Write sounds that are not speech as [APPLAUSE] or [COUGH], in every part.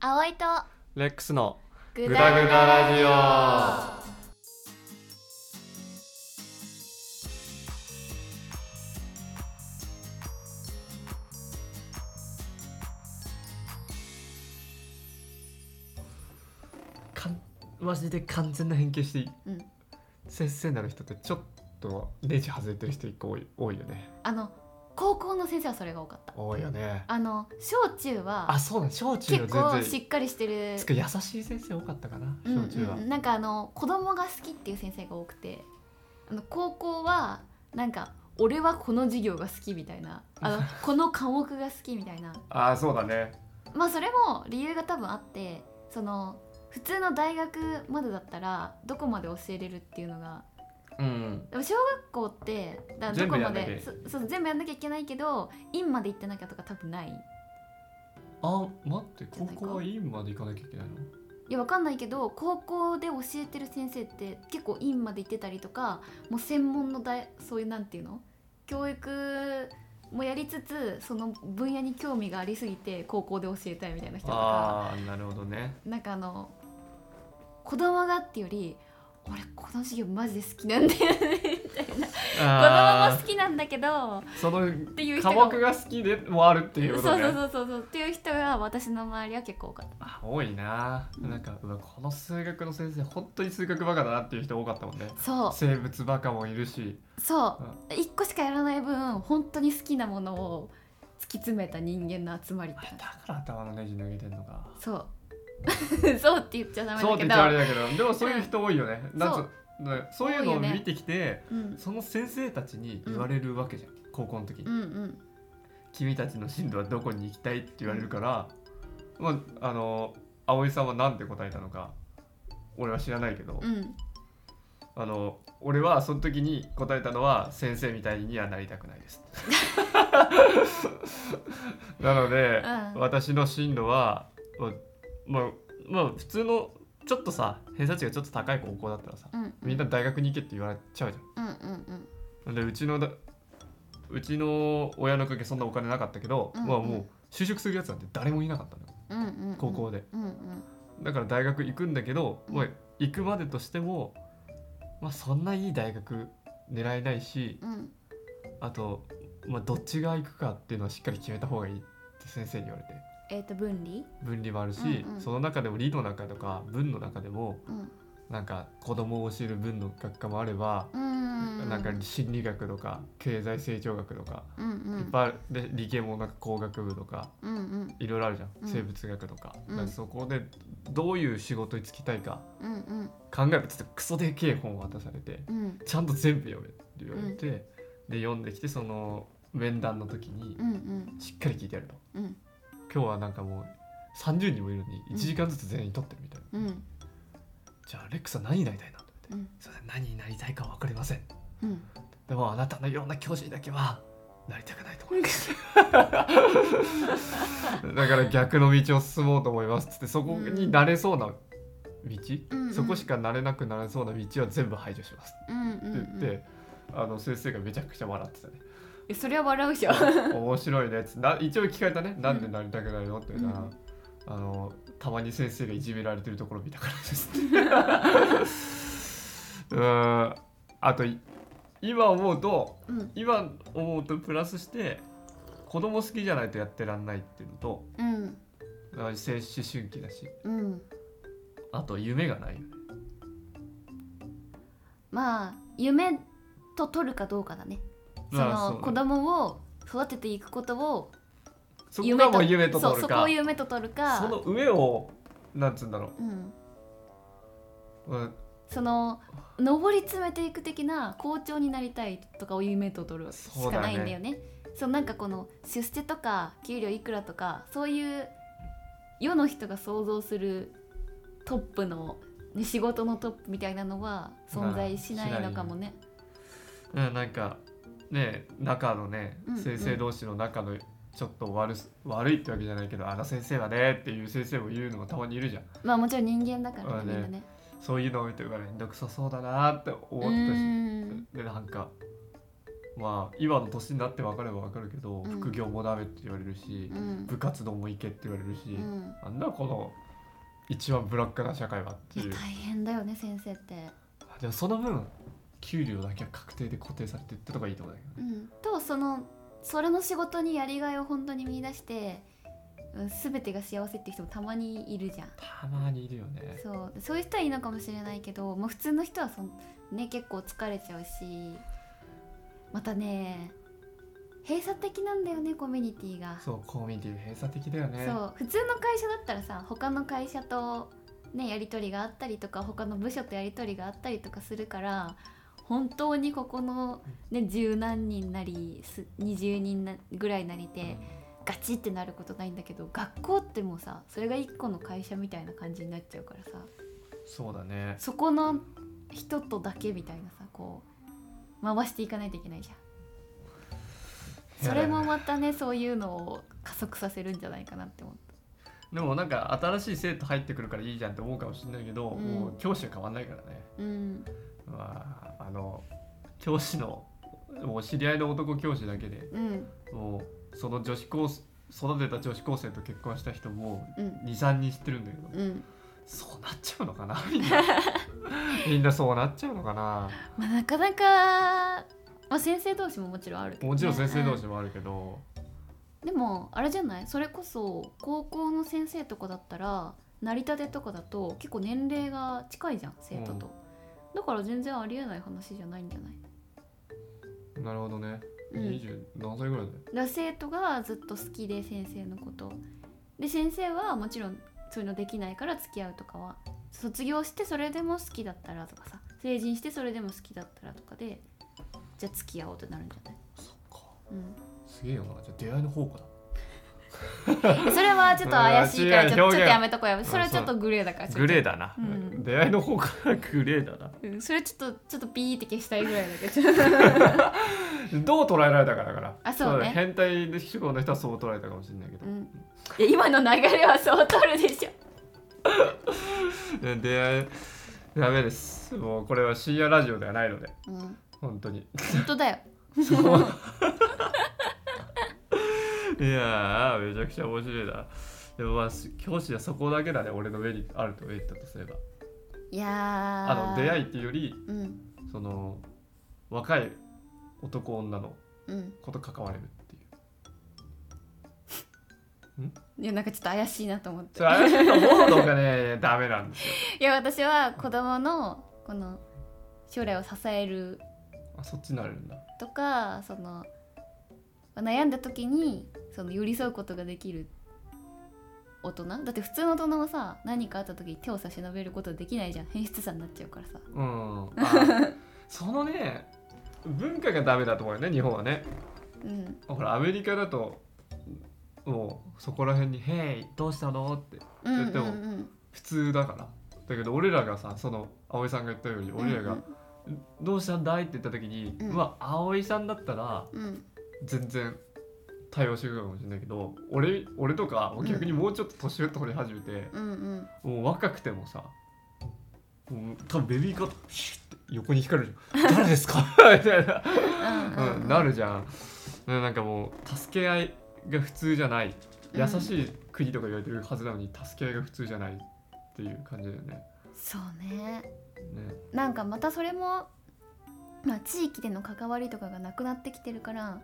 葵とレックスのググダグダラジオかんマジで完全な変形していい、うん先生になる人ってちょっとネジ外れてる人一個多い多いよねあの高校の先生はそれが多かった多いよねあの小中はあそうなん小中結は構全し然っかりしてるつく優しい先生多かったかなうん小中は、うんうんなんかあの子供が好きっていう先生が多くてあの高校はなんか俺はこの授業が好きみたいなあ [LAUGHS] のこの科目が好きみたいなああそうだねまあそれも理由が多分あってその普通の大学までだったらどこまで教えれるっていうのがうんでも小学校ってだからどこま全部やんでなきゃそそう全部やんなきゃいけないけど院まで行ってなきゃとか多分ないあ待ってじゃ高ないか校は院まで行かなきゃいけないのいやわかんないけど高校で教えてる先生って結構院まで行ってたりとかもう専門の大そういうなんていうの教育もやりつつその分野に興味がありすぎて高校で教えたいみたいな人とかあーなるほど [LAUGHS] ねなんかあの子供がっていうより俺この授業マジで好きなんだよねみたいな [LAUGHS] 子供も好きなんだけどあーそのっていう人科が目が好きでもあるっていうそうそこうとねそうそうそうっていう人が私の周りは結構多かったあ多いな、うんなんかうわこの数学の先生本当に数学バカだなっていう人多かったもんねそ生物バカもいるしうそう一個しかやらない分本当に好きなものを突き詰めた人間の集まりってあ感だから頭のネジ投げてんのかじそうそうって言っちゃダメそだうっけどて言っちゃあれだけどでもそういう人多いよね、 [LAUGHS] うんなんそかねそういうの多をいよね見てきて、うん、その先生たちに言われるわけじゃん、高校の時に、うんうん君たちの進路はどこに行きたいって言われるから、まああの葵さんは何て答えたのか俺は知らないけど、うんあの俺はその時に答えたのは先生みたいにはなりたくな [LAUGHS] いですなので、うん私の進路はままあまあ普通のちょっとさ偏差値がちょっと高い高校だったらさうんみんな大学に行けって言われちゃうじうんうんうんゃんなんでうちのだうちの親のおかげそんなお金なかったけど、うんうんまあもう就職するやつなんて誰もいなかったのようんうんうん高校で、うんうんだから大学行くんだけど、うんもう行くまでとしても、まあ、そんないい大学狙えないしうんあと、まあ、どっちが行くかっていうのはしっかり決めた方がいいって先生に言われてえっ、と分離分離もあるし、うんうんその中でも理の中とか文の中でもうんなんか子供を教える文の学科もあれば、うんなんか心理学とか経済成長学とか、うんうんいっぱいあるで理系もなんか工学部とかうんうんいろいろあるじゃん、うん生物学とか,、うんだからそこでどういう仕事に就きたいかうんうん考えろっつってクソでけえ本を渡されてうんちゃんと全部読めって言われて、で読んできてその面談の時にうんうんしっかり聞いてやるとうん今日はなんかもう30人もいるのに1時間ずつ全員取ってるみたいな、うんじゃあレックさん何になりたいなとう思って、んすいません何になりたいか分かりませんうんでもあなたのような教師にだけはなりたくないと思います [LAUGHS] だから逆の道を進もうと思いますっつってそこになれそうな道、うんうんそこしかなれなくなれそうな道は全部排除しますうんうんって言って、あの先生がめちゃくちゃ笑ってたねえそれは笑うでしょ「面白いね」っつってな一応聞かれたね「なんでなりたくないの?」って言ったら、うんあの「たまに先生がいじめられてるところ見たからです」 [LAUGHS] って [LAUGHS] うーんあとい今思うとうん今思うとプラスして子供好きじゃないとやってらんないっていうのとうんあの思春期だしうんあと夢がないよねまあ夢と取るかどうかだねそまあのそう子供を育てていくことをそこがもう夢とそう取るそこかを夢と取るかその上をなんつうんだろうん、う、うん、その上り詰めていく的な校長になりたいとかを夢と取るしそうだかねないんだよねそうなんかこの出世とか給料いくらとかそういう世の人が想像するトップの、ね、仕事のトップみたいなのは存在しないのかもね。うん、なんかね仲のねうん先生同士の仲のちょっと悪す悪いってわけじゃないけどあの先生はねっていう先生も言うのもたまにいるじゃんまあもちろん人間だからねまあねみんなね。そういうのを見てうわめんどくさそうだなって思ったしうーんでなんかまあ今の年になって分かれば分かるけど、うん副業もダメって言われるしう、ん部活動も行けって言われるし、うんなんだこの一番ブラックな社会はっていやいう大変だよね先生って。あでもその分給料だけは確定で固定されてってとかいいとこだけどねうん、とそのそれの仕事にやりがいを本当に見出して、うん、全てが幸せって人もたまにいるじゃん。たまにいるよねそうそういう人はいいのかもしれないけど、まあ、普通の人はそん、ね、結構疲れちゃうしまたね閉鎖的なんだよねコミュニティが。そうコミュニティ閉鎖的だよねそう普通の会社だったらさ他の会社と、ね、やり取りがあったりとか他の部署とやり取りがあったりとかするから本当にここの、ね、十何人なりす20人なぐらいなりでガチってなることないんだけど学校ってもうさそれが一個の会社みたいな感じになっちゃうからさそうだねそこの人とだけみたいなさこう回していかないといけないじゃん。それもまたねそういうのを加速させるんじゃないかなって思って。でもなんか新しい生徒入ってくるからいいじゃんって思うかもしれないけど、うんもう教師は変わんないからねうんまああの教師のもう知り合いの男教師だけでうんもうその女子高生育てた女子高生と結婚した人もうん23人知ってるんだけど、うんそうなっちゃう [LAUGHS] のかなみんなみんなそうなっちゃうのかなまあ、なかなか、まあ、先生同士ももちろんあるけどね、もちろん先生同士もあるけど、うんでもあれじゃないそれこそ高校の先生とかだったら成り立てとかだと結構年齢が近いじゃん生徒と、だから全然ありえない話じゃないんじゃないなるほどねうん27歳ぐらいだよ、だから生徒がずっと好きで先生のことで先生はもちろんそういうのできないから付き合うとかは卒業してそれでも好きだったらとかさ成人してそれでも好きだったらとかでじゃあ付き合おうってなるんじゃない、そっかうんすげえよなじゃあ出会いの宝庫だそれはちょっと怪しいからちょうっんと違ちう表現ょっとやめとこうやめあそれはちょっとグレーだからグレーだ、だな、うん出会いの宝庫はグレ [LAUGHS] ーだなうん、それちょっとちょっとピーって消したいぐらいだけどちょっ [LAUGHS] とどう捉えられたかだからあそうねだ変態の主語の人はそう捉えたかもしれないけどう、んいや今の流れはそう取るでしょで出会いダメですもうこれは深夜ラジオではないのでうん本 [LAUGHS] 当に本当だよそういやーめちゃくちゃ面白いなでもまあ教師はそこだけだね俺のメリットあるとメリットとすればいやーあの出会いっていうよりうんその若い男女のうんこと関われるっていういやなんかちょっと怪しいなと思ってそれあれと思うのがねダメなんですよいや私は子供のこの将来を支えるあそっちになれるんだとかその悩んだ時にその寄り添うことができる大人だって普通の大人はさ何かあった時に手を差し伸べることできないじゃん変質者になっちゃうからさうんあそのね文化がダメだと思うよね日本はねうんほらアメリカだともうそこら辺に「ヘイどうしたの?」ってうんうんでもうん普通だからだけど俺らがさその葵さんが言ったように俺らが「どうしたんだい?」って言った時に、ううんわ葵さんだったらうんうん全然対応してくれるかもしれないけど俺俺とかん逆にもうちょっと年を取り始めて、うんうんもう若くてもさもう多分ベビーカーとピシュッて横に光るじゃん [LAUGHS] 誰ですか?」みたいな。うんう、うんんなるじゃん、ねなんかもう助け合いが普通じゃないうん優しい国とか言われてるはずなのに助け合いが普通じゃないっていう感じだよねそうねねなんかまたそれも、まあ、地域での関わりとかがなくなってきてるから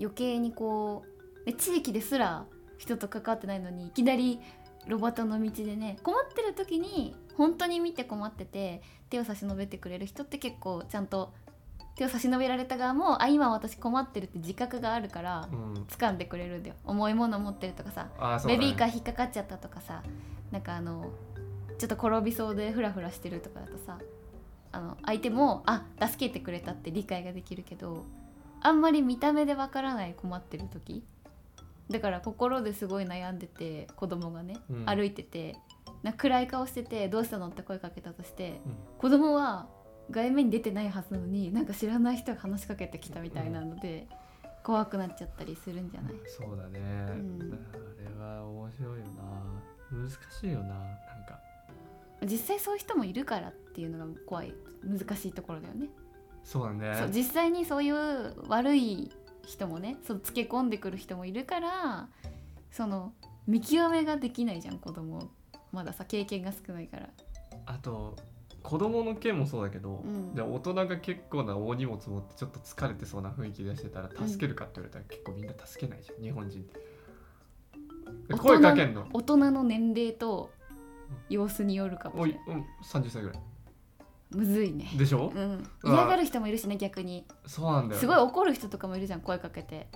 余計にこうで地域ですら人と関わってないのにいきなりロバタの道でね困ってる時に本当に見て困ってて手を差し伸べてくれる人って結構ちゃんと手を差し伸べられた側もあ今私困ってるって自覚があるからうん掴んでくれるんだよ重いもの持ってるとかさあーそうベだねビーカー引っかかっちゃったとかさなんかあのちょっと転びそうでフラフラしてるとかだとさあの相手もあ助けてくれたって理解ができるけどあんまり見た目でわからない困ってる時だから心ですごい悩んでて子供がね、うん歩いててなんか暗い顔してて「どうしたの?」って声かけたとして、うん子供は外面に出てないはずなのになんか知らない人が話しかけてきたみたいなので、怖くなっちゃったりするんじゃない、そうだね、んあれは面白いよな難しいよななんか実際そういう人もいるからっていうのが怖い難しいところだよねそうだそうね実際にそういう悪い人もねそうつけ込んでくる人もいるからその見極めができないじゃん子供まださ経験が少ないからあと子供の件もそうだけど、うんじゃあ大人が結構な大荷物持ってちょっと疲れてそうな雰囲気出してたら助けるかって言われたら結構みんな助けないじゃん日本人ってで大人声かけんの大人の年齢と様子によるかももう、うしれないん、30歳ぐらむずいねいでしょうん、うわ嫌がる人もいるしね逆にそうなんだよすごい怒る人とかもいるじゃん声かけて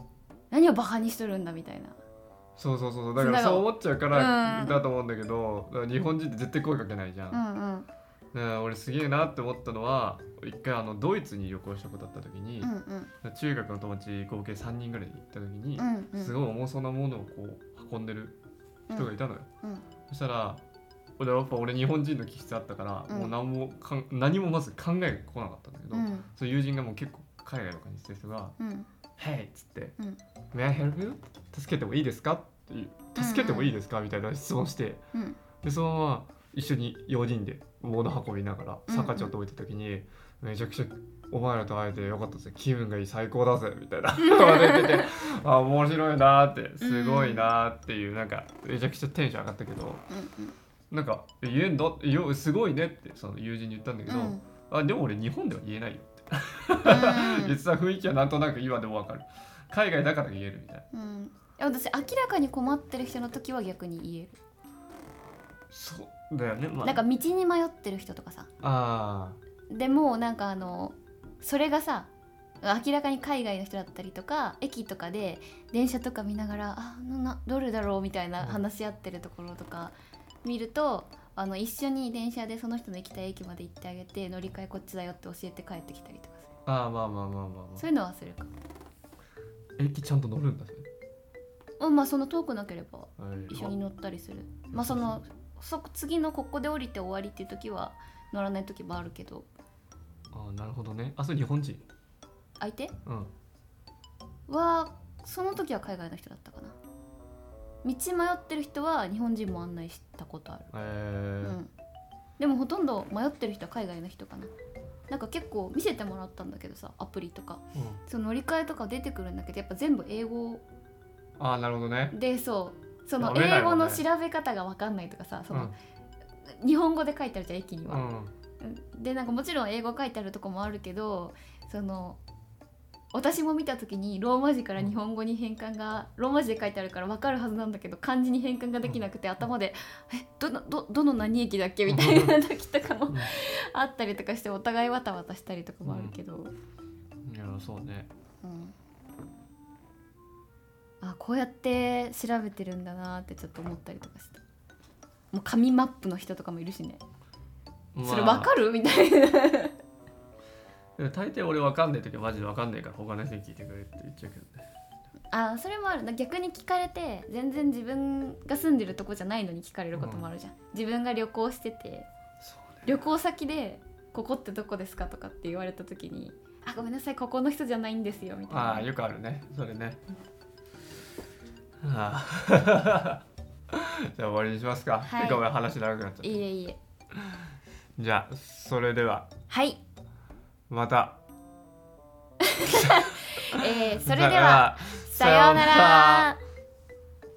何をバカにしとるんだみたいなそうそうそうそうだからそそうう思っちゃうからうんだと思うんだけど、だから日本人って絶対声かけないじゃん、だかうんうんら俺すげえなって思ったのは一回あのドイツに旅行したことあった時にう、んうん中学の友達合計3人ぐらいで行った時にう、んうんすごい重そうなものをこう運んでる人がいたのよ、うんうんそしたら俺はやっぱ俺日本人の気質あったから、うんもう何もかん何もまず考えが来なかったんだけど、うんその友人がもう結構海外とかにしてる人がうん「Hey!」っつってうん「May I help you? 助けてもいいですか?」っていう「助けてもいいですか?」みたいな質問してうんでそのまま一緒に4人で物運びながらうん坂ちょっと置いた時に、めちゃくちゃ「お前らと会えてよかったぜ気分がいい最高だぜ」みたいな言っててあ面白いなーってすごいなーっていう、なんかめちゃくちゃテンション上がったけどうんなんか「言えんだよすごいね」ってその友人に言ったんだけうど、んうんあでも俺日本では言えないよ、 [LAUGHS] うん実は雰囲気はなんとなく今でもわかる海外だから言えるみたいなうん、いや私明らかに困ってる人の時は逆に言える、そうだよねまなんか道に迷ってる人とかさあでもうなんかあのそれがさ明らかに海外の人だったりとか駅とかで電車とか見ながらあななどれだろうみたいなうん話し合ってるところとか見るとあの一緒に電車でその人の行きたい駅まで行ってあげて乗り換えこっちだよって教えて帰ってきたりとかするーあーまあまあまあまあまそういうのはするかあ駅ちゃんと乗るんだねうんまあその遠くなければ一緒に乗乗ったりするまあそのそ次のここで降りて終わりっていう時は乗らない時もあるけどあなるほどねあそれ日本人相手うんはその時は海外の人だったかな道迷ってる人は日本人も案内したことある、えうーん、でもほとんど迷ってる人は海外の人かななんか結構見せてもらったんだけどさアプリとかうんその乗り換えとか出てくるんだけどやっぱ全部英語ああなるほどねでそうその読めな英いも語んねの調べ方が分かんないとかさその、日本語で書いてあるじゃん駅にうんは、うんでなんかもちろん英語書いてあるとこもあるけどその私も見た時にローマ字から日本語に変換がローマ字で書いてあるから分かるはずなんだけど漢字に変換ができなくて頭で「えどのどどの何駅だっけ?」みたいな時とかもあったりとかしてお互いわたわたしたりとかもあるけど、いやそうねうんあこうやって調べてるんだなってちょっと思ったりとかしてもう紙マップの人とかもいるしねそれ分かるみたいな。る大抵俺分かんない時はマジで分かんないから他の人に聞いてくれって言っちゃうけどねあそれもあるな逆に聞かれて全然自分が住んでるとこじゃないのに聞かれることもあるじゃん、自分が旅行しててそう旅行先で「ここってどこですか?」とかって言われた時に「あごめんなさいここの人じゃないんですよ」みたいあなあよくあるねそれねああ [LAUGHS] じゃあ終わりにしますか、はいごめん話長くなっちゃったいいえいいえじゃあそれでははい、また [LAUGHS] えー、それではさようなら